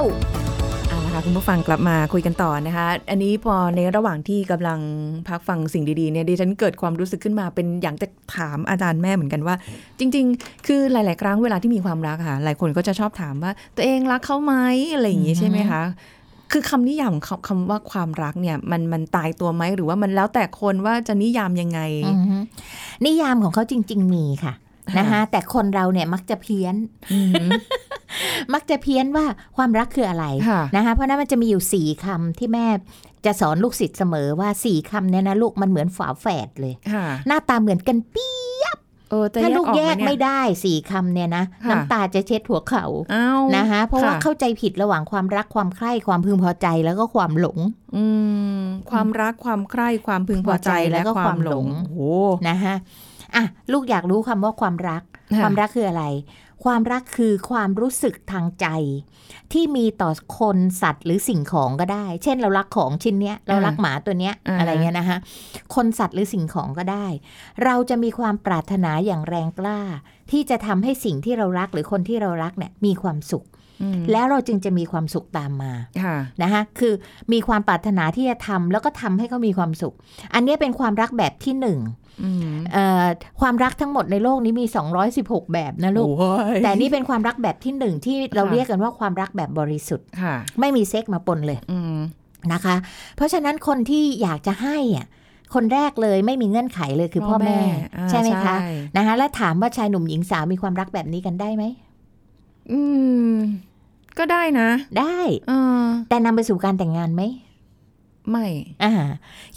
Speaker 2: เอาละค่ะคุณผู้ฟังกลับมาคุยกันต่อนะคะ อันนี้พอในระหว่างที่กำลังพักฟังสิ่งดีๆเนี่ยดิฉันเกิดความรู้สึกขึ้นมาเป็นอย่างจะถามอาจารย์แม่เหมือนกันว่า จริง ๆ คือหลาย ๆ ครั้งเวลาที่มีความรักค่ะ หลายคนก็จะชอบถามว่า ตัวเองรักเขาไหมอะไรอย่างงี้ใช่ไหมคะ คือคำนิยามของคำคำว่าความรักเนี่ยมันมันตายตัวไหมหรือว่ามันแล้วแต่คนว่าจะนิยามยังไง
Speaker 3: อือฮึนิยามของเขาจริง ๆ มีค่ะนะคะ
Speaker 2: ค่ะ
Speaker 3: แต่คนเราเนี่ยมักจะเพี้ยน
Speaker 2: อืม
Speaker 3: มักจะเพี้ยนว่าความรักคืออะไร
Speaker 2: ค่ะ
Speaker 3: นะคะเพราะนั้นมันจะมีอยู่สี่คำที่แม่จะสอนลูกศิษย์เสมอว่าสี่คำเนี่ยนะลูกมันเหมือนฝาแฝดเลย
Speaker 2: ค่ะ
Speaker 3: หน้าตาเหมือนกันปี้
Speaker 2: เออแต่
Speaker 3: ถ้าลูกแยก
Speaker 2: ออหเนี่ย
Speaker 3: ไม่ได้สี่คำเนี่ยนะ
Speaker 2: ค่ะ
Speaker 3: น้ำตาจะเช็ดหัวเขา
Speaker 2: อ้าว
Speaker 3: นะคะเพราะว่า
Speaker 2: ค่
Speaker 3: เข้าใจผิดระหว่างความรักความใคร่ความพึงพอใจแล้วก็ความหลง
Speaker 2: อืมความรักความใคร่ความพึงพอใจ
Speaker 3: พอใจ
Speaker 2: และ
Speaker 3: แล้วก็ค
Speaker 2: คาว
Speaker 3: วาม ม
Speaker 2: ห
Speaker 3: ห
Speaker 2: ล
Speaker 3: ล
Speaker 2: ง
Speaker 3: ง
Speaker 2: โอ้โห
Speaker 3: นะคะอ่ะลูกอยากรู้คำว่าความรัก
Speaker 2: ค่ะ
Speaker 3: ความรักคืออะไร ความรักคือความรู้สึกทางใจ ที่มีต่อคนสัตว์หรือสิ่งของก็ได้ เช่นเรารักของชิ้นเนี้ยเรารักหมาตัวเนี้ย
Speaker 2: อ่าฮะ
Speaker 3: อะไรเงี้ยนะคะคนสัตว์หรือสิ่งของก็ได้ เราจะมีความปรารถนาอย่างแรงกล้า ที่จะทำให้สิ่งที่เรารักหรือคนที่เรารักเนี่ยมีความสุข
Speaker 2: อืม
Speaker 3: แล้วเราจึงจะมีความสุขตามมา
Speaker 2: ค่ะ
Speaker 3: นะคะคือมีความปรารถนาที่จะทำแล้วก็ทำให้เขามีความสุข อันเนี้ยเป็นความรักแบบที่หนึ่ง
Speaker 2: อืม
Speaker 3: เอ่อความรักทั้งหมดในโลกนี้มี 216 แบบนะลูก
Speaker 2: โอ้ย
Speaker 3: แต่นี่เป็นความรักแบบที่หนึ่งที่เรา
Speaker 2: ค่ะ
Speaker 3: เรียกกันว่าความรักแบบบริสุทธิ์
Speaker 2: ค่ะ
Speaker 3: ไม่มีเซ็กมาปนเลย
Speaker 2: อืม
Speaker 3: นะคะ เพราะฉะนั้นคนที่อยากจะให้อ่ะคนแรกเลยไม่มีเงื่อนไขเลยคือพ่อแม่
Speaker 2: อ่า
Speaker 3: ใช่ไหมคะนะคะแล้วถามว่าชายหนุ่มหญิงสาวมีความรักแบบนี้กันได้ไหม
Speaker 2: อืม ก็ได้นะ
Speaker 3: ได้
Speaker 2: เออ
Speaker 3: แต่นำไปสู่การแต่งงานไหม
Speaker 2: ไม่
Speaker 3: อ่า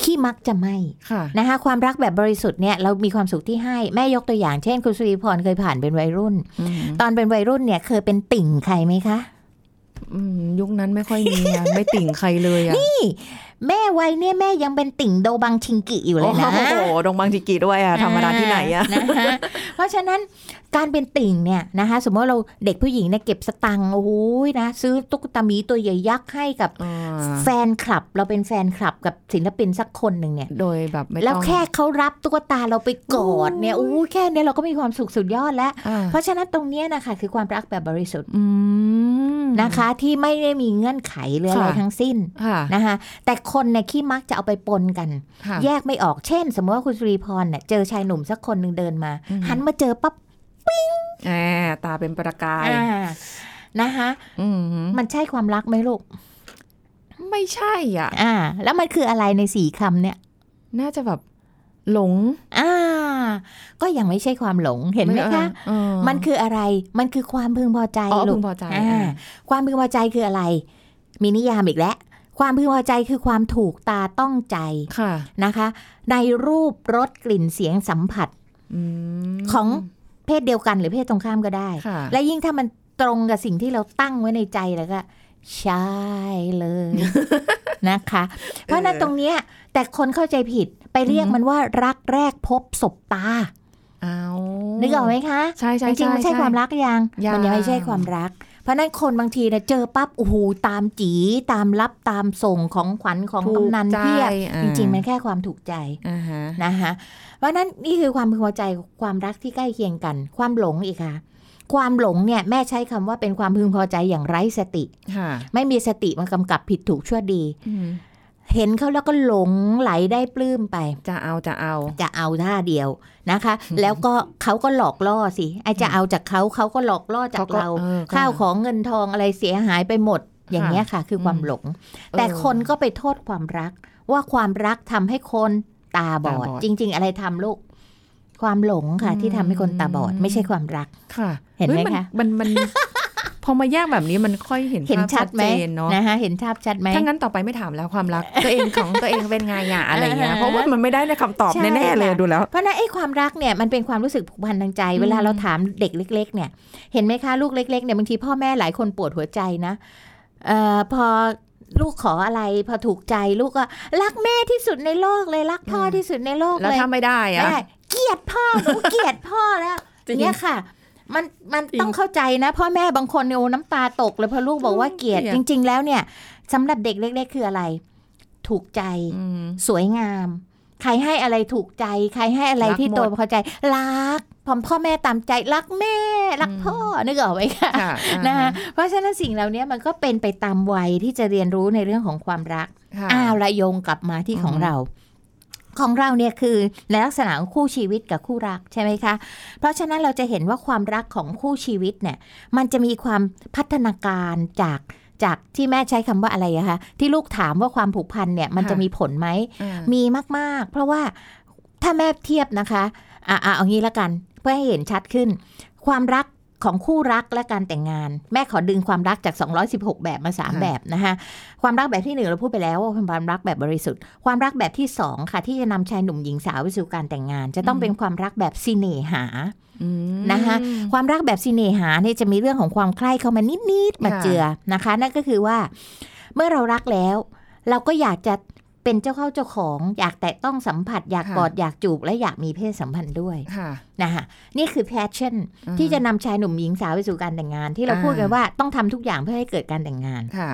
Speaker 3: ขี้มักจะไม่
Speaker 2: ค่ะ
Speaker 3: นะคะความรักแบบบริสุทธิ์เนี่ยเรามีความสุขที่ให้แม่ยกตัวอย่างเช่นคุณสุริพรเคยผ่านเป็นวัยรุ่น
Speaker 2: อืม
Speaker 3: ตอนเป็นวัยรุ่นเนี่ยเคยเป็นติ่งใครไหมคะ
Speaker 2: อืมยุคนั้นไม่ค่อยมีอะ ไม่ติ่งใครเลยอ่ะ
Speaker 3: แม่วัยเนี่ยแม่ยังเป็นติ่งโดบังชิงกิอยู่เลยนะ
Speaker 2: โอ้โหดงบางจิกิด้วยอ่ะธรรมดาที่ไหนอ่ะ
Speaker 3: นฮเพราะฉะนั้นการเป็นติ่งเนี่ยนะคะสมมติว่าเราเด็กผู้หญิงเนี่ยเก็บสตังค์โอ้โหนะซื้อตุ๊กตาหมีตัวใหญ่ยักษ์ให้กับ
Speaker 2: อ่า
Speaker 3: แฟนคลับ เราเป็นแฟนคลับกับศิลปินสักคนหนึ่งเนี่ย
Speaker 2: โดยแบบไม่ต้อง
Speaker 3: แล้วแค่เขารับตุ๊กตาเราไปกอดเนี่ยโอ้โหแค่เนี้ยเราก็มีความสุขสุดยอดแล้ว
Speaker 2: อ่า
Speaker 3: เพราะฉะนั้นตรงเนี้ยนะคะคือความรักแบบบริสุทธิ์
Speaker 2: อืม
Speaker 3: นะคะที่ไม่ได้มีเงื่อนไขหรืออะไร
Speaker 2: ค่ะ
Speaker 3: ทั้งสิ้น
Speaker 2: ค่ะ
Speaker 3: นะคะแต่คนเนี่ยขี้มักจะเอาไปปนกัน
Speaker 2: ค่ะ
Speaker 3: แยกไม่ออก เช่น สมมติว่าคุณสุริพรเนี่ยเจอชายหนุ่มสักคนหนึ่งเดินมา
Speaker 2: อืม
Speaker 3: หันมาเจอปั๊บ
Speaker 2: แหมตาเป็นประกาย
Speaker 3: อ่านะคะ
Speaker 2: อืม
Speaker 3: มันใช่ความรักไหมลูก
Speaker 2: ไม่ใช่อ่ะ
Speaker 3: อ่า แล้วมันคืออะไรในสี่คำเนี่ย
Speaker 2: น่าจะแบบหลง
Speaker 3: อ่า ก็ยังไม่ใช่ความหลงเห็นไหมคะ
Speaker 2: เออ
Speaker 3: มันคืออะไร มันคือความพึงพอใจ
Speaker 2: อ๋อ
Speaker 3: ลู
Speaker 2: พึ
Speaker 3: ก
Speaker 2: งพอใจ
Speaker 3: อ่าความพึงพอใจคืออะไร มีนิยามอีกแล้ว ความพึงพอใจคือความถูกตาต้องใจ
Speaker 2: ค่ะ
Speaker 3: นะคะ ในรูปรสกลิ่นเสียงสัมผัส
Speaker 2: อืม
Speaker 3: ของเพศเดียวกันหรือเพศตรงข้ามก็ได้
Speaker 2: ค่ะ
Speaker 3: และยิ่งถ้ามันตรงกับสิ่งที่เราตั้งไว้ในใจแล้วก็ ใช่เลย นะคะ เพราะฉะนั้นตรงเนี้ยแต่คนเข้าใจผิดไปเรียกมันว่ารักแรกพบศพตา
Speaker 2: เอานึ
Speaker 3: นึกออกไหมคะ
Speaker 2: ใช่ใช่
Speaker 3: จริงๆมันใช่ความรักยัง
Speaker 2: ยัง
Speaker 3: มัยังไม่ใช่ความรัก เพราะฉะนั้นคนบางทีเนี่ยเจอปั๊บโอ้โหตามจีตามรับตามส่งของขวัญของ
Speaker 2: ถูก
Speaker 3: กำนันเพียบ
Speaker 2: ใจอ่า
Speaker 3: จริงๆมันแค่ความถูกใจ
Speaker 2: อ่าฮะ
Speaker 3: นะคะเพราะฉะนั้นนี่คือความพึงพอใจความรักที่ใกล้เคียงกัน ความหลงอีกค่ะ ความหลงเนี่ยแม่ใช้คำว่าเป็นความพึงพอใจอย่างไร้สติ
Speaker 2: ค่ะ
Speaker 3: ไม่มีสติมากำกับผิดถูกชั่วดี
Speaker 2: อืม
Speaker 3: เห็นเขาแล้วก็หลงไหลได้ปลื้มไป
Speaker 2: จะเอาจะเอา
Speaker 3: จะเอาท่าเดียวนะคะ แล้วก็เขาก็หลอกล่อสิไอจะเอาจากเขาเขาก็หลอกล่อจากเรา
Speaker 2: เขาก็เออก็
Speaker 3: ข้าวของเงินทองอะไรเสียหายไปหมด อย่างเงี้ยค่ะ คือความหลง แต่
Speaker 2: เออ
Speaker 3: คนก็ไปโทษความรัก ว่าความรักทำให้คนตาบอด
Speaker 2: ตาบอด
Speaker 3: จริง ๆ อะไรทำลูก ความหลงค่ะ
Speaker 2: อืม
Speaker 3: ที่ทำให้คนตาบอด ไม่ใช่ความรัก
Speaker 2: ค่ะ
Speaker 3: เห็นไหม
Speaker 2: ฮ้ย
Speaker 3: คะ
Speaker 2: มัน มันมัน พอมาแยกแบบนี้มันค่อยเห็น
Speaker 3: เห็น
Speaker 2: ภาพ
Speaker 3: ชัดไหม
Speaker 2: เจนเนาะ
Speaker 3: นะคะเห็นชัดชัดไหม
Speaker 2: ถ้างั้นต่อไปไม่ถามแล้วความรั ก ตัวเองของตัวเองเป็นไงอ่ะอะไรเงี้ย
Speaker 3: อ่าฮะ
Speaker 2: เพราะว่ามันไม่ได้ในคำตอบ
Speaker 3: ใช่
Speaker 2: แน่ๆเลย
Speaker 3: ค่ะ
Speaker 2: ดูแล้ว
Speaker 3: เพราะฉะนั้นไอ้ความรักเนี่ยมันเป็นความรู้สึกผูกพันทางใจ
Speaker 2: อืม
Speaker 3: เวลาเราถามเด็กเล็ก ๆ เนี่ย เห็นไหมคะลูกเล็กๆเนี่ยบางทีพ่อแม่หลายคนปวดหัวใจนะเอ่อพอลูกขออะไร พอถูกใจลูกก็รักแม่ที่สุดในโลกเลยรักพ่อที่สุดในโลก
Speaker 2: แล้ว
Speaker 3: เลย
Speaker 2: ถ้าไม่ได้อ่ะ
Speaker 3: แม่เกลียดพ่อหนู เกลียดพ่อแล้ว
Speaker 2: จริง
Speaker 3: เนี่ยค่ะ มันมัน
Speaker 2: จริง
Speaker 3: ต้องเข้าใจนะพ่อแม่บางคนเนี่ยโอ้น้ำตาตกเลยเพอลูกบอกว่าเกลียด
Speaker 2: เกลีย
Speaker 3: จ
Speaker 2: ด
Speaker 3: ริง ๆ แล้วเนี่ยสำหรับเด็กเล็ก ๆ คืออะไร ถูกใจ
Speaker 2: อืม
Speaker 3: สวยงาม ใครให้อะไรถูกใจ ใครให้อะไร
Speaker 2: รัก
Speaker 3: ที่
Speaker 2: หมด
Speaker 3: ตัวพอใจ รักพ่อพ่อแม่ตามใจ รักแม่ รัก
Speaker 2: อืม
Speaker 3: พ่อ นึกออกไหมคะ
Speaker 2: ค่ะ
Speaker 3: นะเพราะฉะนั้นสิ่งเหล่านี้มันก็เป็นไปตามวัยที่จะเรียนรู้ในเรื่องของความรัก
Speaker 2: ค่ะ
Speaker 3: อ้าวละโยงกลับมาที่
Speaker 2: อืม
Speaker 3: ของเรา ของเราเนี่ยคือในลักษณะของคู่ชีวิตกับคู่รักใช่ไหมคะ เพราะฉะนั้นเราจะเห็นว่าความรักของคู่ชีวิตเนี่ย มันจะมีความพัฒนาการจากจากที่แม่ใช้คำว่าอะไรอะคะที่ลูกถามว่าความผูกพันเนี่ยมันจะมีผลไหม
Speaker 2: อ่า
Speaker 3: มีมาก ๆ เพราะว่าถ้าแม่เทียบนะคะอ่ะอ่ะเอางี้ละกัน เพื่อให้เห็นชัดขึ้น ความรักของคู่รักและการแต่งงาน แม่ขอดึงความรักจาก 216 แบบมา 3
Speaker 2: ค่ะ
Speaker 3: แบบนะคะความรักแบบที่หนึ่งเราพูดไปแล้วว่าเป็นความรักแบบบริสุทธิ์ ความรักแบบที่สองค่ะ ที่จะนำชายหนุ่มหญิงสาวไปสู่การแต่งงาน จะต้องเป็นความรักแบบสิเนหา
Speaker 2: อืม
Speaker 3: นะคะ ความรักแบบสิเนหาเนี่ยจะมีเรื่องของความใคร่เข้ามานิด ๆ มา
Speaker 2: ค่ะ
Speaker 3: เจือนะคะ นั่นก็คือว่าเมื่อเรารักแล้ว เราก็อยากจะเป็นเจ้าเข้าเจ้าของ อยากแตะต้องสัมผัส อยากกอดอยากจูบและอยากมีเพศสัมพันธ์ด้วย
Speaker 2: ค่ะ
Speaker 3: นะคะนี่คือ passion
Speaker 2: อ่า
Speaker 3: ที่จะนำชายหนุ่มหญิงสาวไปสู่การแต่งงาน ที่เรา
Speaker 2: อ่า
Speaker 3: พูดกันว่าต้องทำทุกอย่างเพื่อให้เกิดการแต่งงาน
Speaker 2: ค่ะ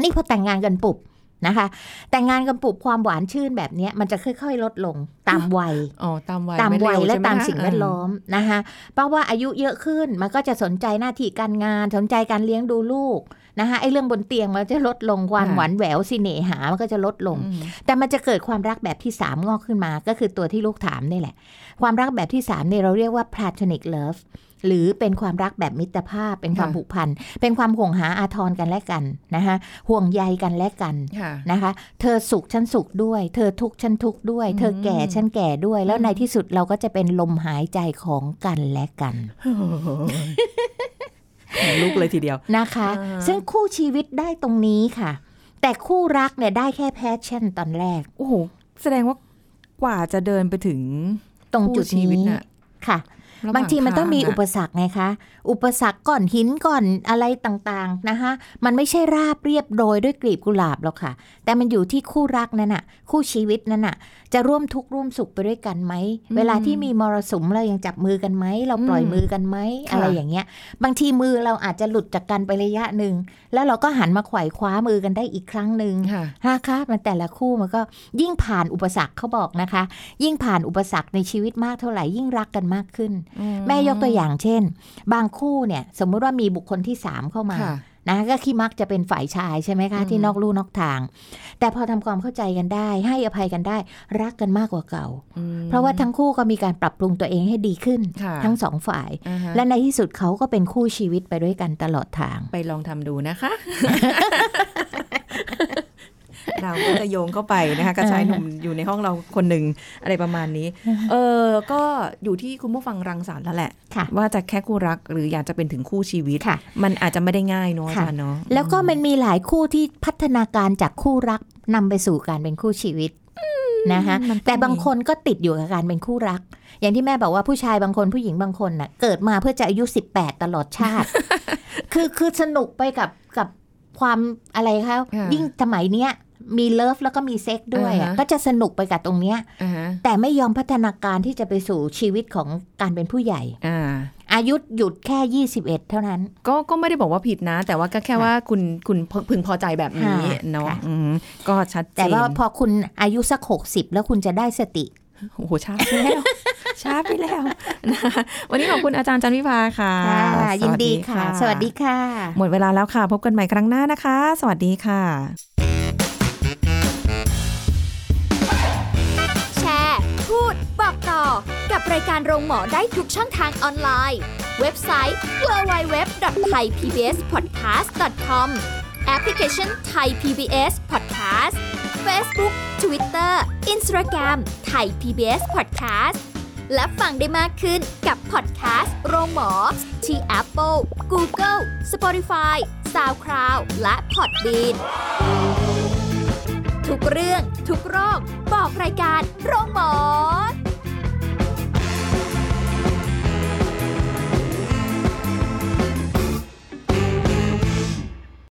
Speaker 3: นี่พอแต่งงานกันปุบ นะคะ แต่งานกำปุบความหวานชื่นแบบเนี้ยมันจะค่อยๆ ลดลงตามวัย
Speaker 2: อ๋อตามวัย
Speaker 3: ตาม
Speaker 2: ไเร็
Speaker 3: วัยและ
Speaker 2: ใช่ไห
Speaker 3: ตาม
Speaker 2: คะ
Speaker 3: สิ่งแวดล้อมนะคะเพราะว่าอายุเยอะขึ้นมันก็จะสนใจหน้าที่การงานสนใจการเลี้ยงดูลูกนะคะไอ้เรื่องบนเตียงมันจะลดลงความหวานแหววสิเหนหา มันก็จะลดลง
Speaker 2: อืม
Speaker 3: แต่มันจะเกิดความรักแบบที่สามงอกขึ้นมา ก็คือตัวที่ลูกถามนี่แหละ ความรักแบบที่สามเนี่ยเราเรียกว่า platonic love หรือเป็นความรักแบบมิตรภาพ เป็นความผูกพัน เป็นความห่วงหาอาทรกันและกันนะคะห่วงใยกันและกัน
Speaker 2: ค่ะ
Speaker 3: นะคะ เธอสุขฉันสุขด้วย เธอทุกข์ฉันทุกข์ด้วย เธอแก่ฉันแก่ด้วย แล้วในที่สุดเราก็จะเป็นลมหายใจของกันและกัน
Speaker 2: ลูกเลยทีเดียว
Speaker 3: นะคะ
Speaker 2: อ่า
Speaker 3: ซึ่งคู่ชีวิตได้ตรงนี้ค่ะ แต่คู่รักเนี่ยได้แค่แพชชั่นตอนแรก
Speaker 2: โอ้โหแสดงว่ากว่าจะเดินไปถึง
Speaker 3: ตรงจุด
Speaker 2: คู่ชีวิต
Speaker 3: นี้
Speaker 2: น่ะ
Speaker 3: ค่ะ
Speaker 2: ระหว่
Speaker 3: บางทีมันต้องมี
Speaker 2: ทาะ
Speaker 3: อุปสรรคไงคะ อุปสรรคก่อนหินก่อนอะไรต่างๆนะคะมันไม่ใช่ราบเรียบโดยด้วยกลีบกุหลาบหรอกค่ะ แต่มันอยู่ที่คู่รักนั่นน่ะ คู่ชีวิตนั่นน่ะ จะร่วมทุกข์ร่วมสุขไปด้วยกันไหม
Speaker 2: อืม
Speaker 3: เวลาที่มีมรสุมเรายังจับมือกันไหม เราปล่อย
Speaker 2: อืม
Speaker 3: มือกันไหม
Speaker 2: ค่ะ
Speaker 3: อะไรอย่างเงี้ย บางทีมือเราอาจจะหลุดจากกันไประยะหนึ่ง แล้วเราก็หันมาไขว่คว้ามือกันได้อีกครั้งหนึ่ง
Speaker 2: ค่ะ
Speaker 3: นะคะมันแต่ละคู่มันก็ยิ่งผ่านอุปสรรคเขาบอกนะคะ ยิ่งผ่านอุปสรรคในชีวิตมากเท่าไหร่ยิ่งรักกันมากขึ้น แม่ยกตัวอย่างเช่น บางคู่เนี่ยสมมุติว่ามีบุคคลที่ 3 เข้ามา
Speaker 2: ค่ะ
Speaker 3: นะก็ขี้มักจะเป็นฝ่ายชายใช่ไหมคะ
Speaker 2: อืม
Speaker 3: ที่นอกลู่นอกทาง แต่พอทำความเข้าใจกันได้ ให้อภัยกันได้ รักกันมากกว่าเก่า
Speaker 2: อืม
Speaker 3: เพราะว่าทั้งคู่ก็มีการปรับปรุงตัวเองให้ดีขึ้น
Speaker 2: ค่ะ
Speaker 3: ทั้งสองฝ่าย
Speaker 2: อ่าฮะ
Speaker 3: และในที่สุดเขาก็เป็นคู่ชีวิตไปด้วยกันตลอดทาง
Speaker 2: ไปลองทำดูนะคะ เราก็จะโยงเข้าไปนะคะกระชายหนุ่มอยู่ในห้องเราคนหนึ่งอะไรประมาณนี้ เออก็อยู่ที่คุณผู้ฟังรังสรรค์แล้วแหละ
Speaker 3: ค่ะ
Speaker 2: ว่าจะแค่คู่รักหรืออยากจะเป็นถึงคู่ชีวิต
Speaker 3: ค่ะ
Speaker 2: มันอาจจะไม่ได้ง่ายเนาะอา
Speaker 3: ค่ะ
Speaker 2: จารย์เนาะ
Speaker 3: แล้วก็มันมีหลายคู่ที่พัฒนาการจากคู่รักนำไปสู่การเป็นคู่ชีวิตนะคะ
Speaker 2: มัน
Speaker 3: แต่บางคนก็ติดอยู่กับการเป็นคู่รัก อย่างที่แม่บอกว่าผู้ชายบางคนผู้หญิงบางคนน่ะเกิดมาเพื่อจะอายุ 18 ตลอดชาติ คือคือสนุกไปกับกับความอะไรคะ
Speaker 2: ะ
Speaker 3: ยิ่งสมัยเนี้ยมีเลิฟแล้วก็มีเซ็กด้วยอะ
Speaker 2: อ่าฮะ
Speaker 3: ก็จะสนุกไปกับตรงเนี้ย
Speaker 2: อ่าฮะ
Speaker 3: แต่ไม่ยอมพัฒนาการที่จะไปสู่ชีวิตของการเป็นผู้ใหญ่
Speaker 2: อ่า
Speaker 3: อายุหยุดแค่ 21 เท่านั้น
Speaker 2: ก็ก็ไม่ได้บอกว่าผิดนะ แต่ว่าก็แค่ว่าคุณคุณพึงพอใจแบบนี้
Speaker 3: ค่ะ
Speaker 2: เนาะ
Speaker 3: ค่ะ
Speaker 2: อืมก็ชัดเจน
Speaker 3: แต่ว่าพอคุณอายุสัก 60 แล้วคุณจะได้สติ
Speaker 2: โอ้โหช้าไปแล้ว ช้าไปแล้วนะคะวันนี้ขอบคุณอาจารย์จันวิภาค่ะ
Speaker 3: ค่ะ
Speaker 2: ส
Speaker 3: ยิน
Speaker 2: วัส
Speaker 3: ดีค่ะ สวัสดีค่ะ
Speaker 2: หมดเวลาแล้วค่ะ พบกันใหม่ครั้งหน้านะคะ สวัสดีค่ะ
Speaker 1: แชร์ พูด บอกต่อ กับรายการโรงหมอได้ทุกช่องทางออนไลน์ เว็บไซต์ www.thaipbspodcast.com แอปพลิเคชัน Thai PBS Podcast Facebook Twitter Instagram Thai PBS Podcast และฟังได้มากขึ้นกับพอดแคสต์โรงหมอ ที่ Apple, Google, Spotify, SoundCloud และ Podbean ทุกเรื่องทุกโรค บอกรายการโรงหมอ